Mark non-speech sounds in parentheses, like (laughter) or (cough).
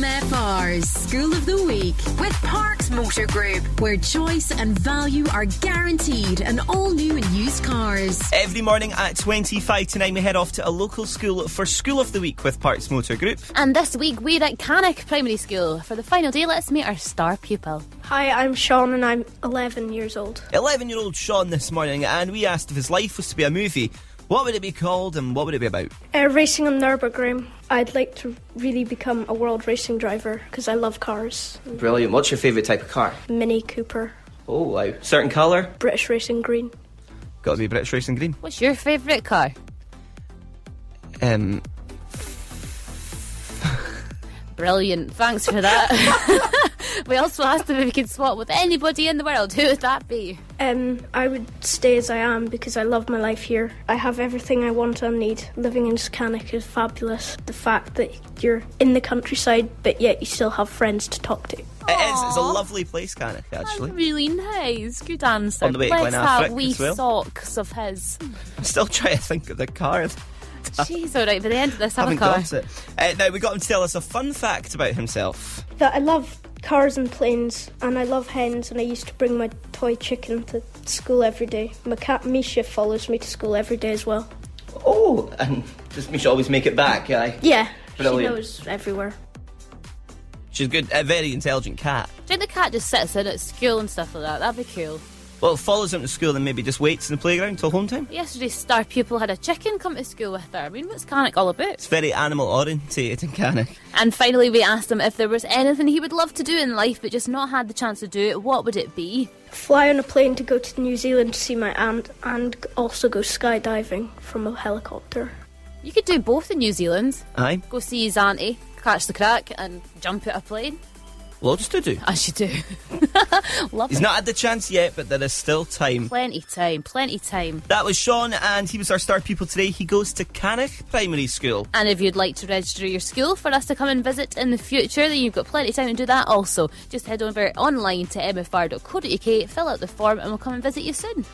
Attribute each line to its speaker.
Speaker 1: MFR's School of the Week with Parks Motor Group, where choice and value are guaranteed in all new and used cars.
Speaker 2: Every morning at 25 to 9, we head off to a local school for School of the Week with Parks
Speaker 3: (laughs)
Speaker 2: Motor Group.
Speaker 3: And this week we're at Cannock Primary School. For the final day, let's meet our star pupil.
Speaker 4: Hi, I'm Sean and I'm 11 years old.
Speaker 2: 11 year old Sean this morning, and we asked if his life was to be a movie, what would it be called and what would it be about?
Speaker 4: Uh, racing on Nürburgring. I'd like to really become a world racing driver because I love cars.
Speaker 2: Brilliant. What's your favourite type of car?
Speaker 4: Mini Cooper,
Speaker 2: Oh, wow. Certain colour?
Speaker 4: British Racing Green,
Speaker 2: Got to be British Racing Green.
Speaker 3: What's your favourite car?
Speaker 2: Um,
Speaker 3: Brilliant. Thanks for that.
Speaker 2: (laughs)
Speaker 3: we also asked him if he could swap with anybody in the world. Who would that be?
Speaker 4: Um, I would stay as I am because I love my life here. I have everything I want and need. Living in Scannick is fabulous. The fact that you're in the countryside, but yet you still have friends to talk to.
Speaker 2: it is. It's a lovely place, Cannock, actually.
Speaker 3: Really nice. Good answer.
Speaker 2: On the way to
Speaker 3: Let's have
Speaker 2: Glenafric
Speaker 3: wee
Speaker 2: as well.
Speaker 3: socks of his.
Speaker 2: I'm still trying to think of the car.
Speaker 3: She's all right. By the end of this, have a
Speaker 2: haven't
Speaker 3: car.
Speaker 2: Ah. got it. Uh, now, we got him to tell us a fun fact about himself.
Speaker 4: That I love cars and planes, and I love hens, and I used to bring my toy chicken to school every day. My cat Misha follows me to school every day as well.
Speaker 2: Oh, and does Misha always make it back? Aye.
Speaker 4: Yeah,
Speaker 2: Brilliant.
Speaker 4: she knows everywhere.
Speaker 2: She's good, a very intelligent cat.
Speaker 3: Do you think the cat just sits in at school and stuff like that? That'd be cool.
Speaker 2: Well, follows him to school and maybe just waits in the playground till home time.
Speaker 3: Yesterday's star pupil had a chicken come to school with her. I mean, what's Canuck all about?
Speaker 2: It's very animal orientated in Cannock.
Speaker 3: And finally, we asked him if there was anything he would love to do in life but just not had the chance to do it, what would it be?
Speaker 4: Fly on a plane to go to New Zealand to see my aunt, and also go skydiving from a helicopter.
Speaker 3: You could do both in New Zealand.
Speaker 2: Aye.
Speaker 3: Go see his auntie, catch the crack, and jump out a plane.
Speaker 2: Lots to do.
Speaker 3: As you do. (laughs) Love
Speaker 2: He's
Speaker 3: it.
Speaker 2: not had the chance yet, but there is still time.
Speaker 3: Plenty time, plenty time.
Speaker 2: That was Sean, and he was our star pupil today. He goes to Cannock Primary School.
Speaker 3: And if you'd like to register your school for us to come and visit in the future, then you've got plenty of time to do that also. Just head over online to mfr.co.uk, fill out the form, and we'll come and visit you soon.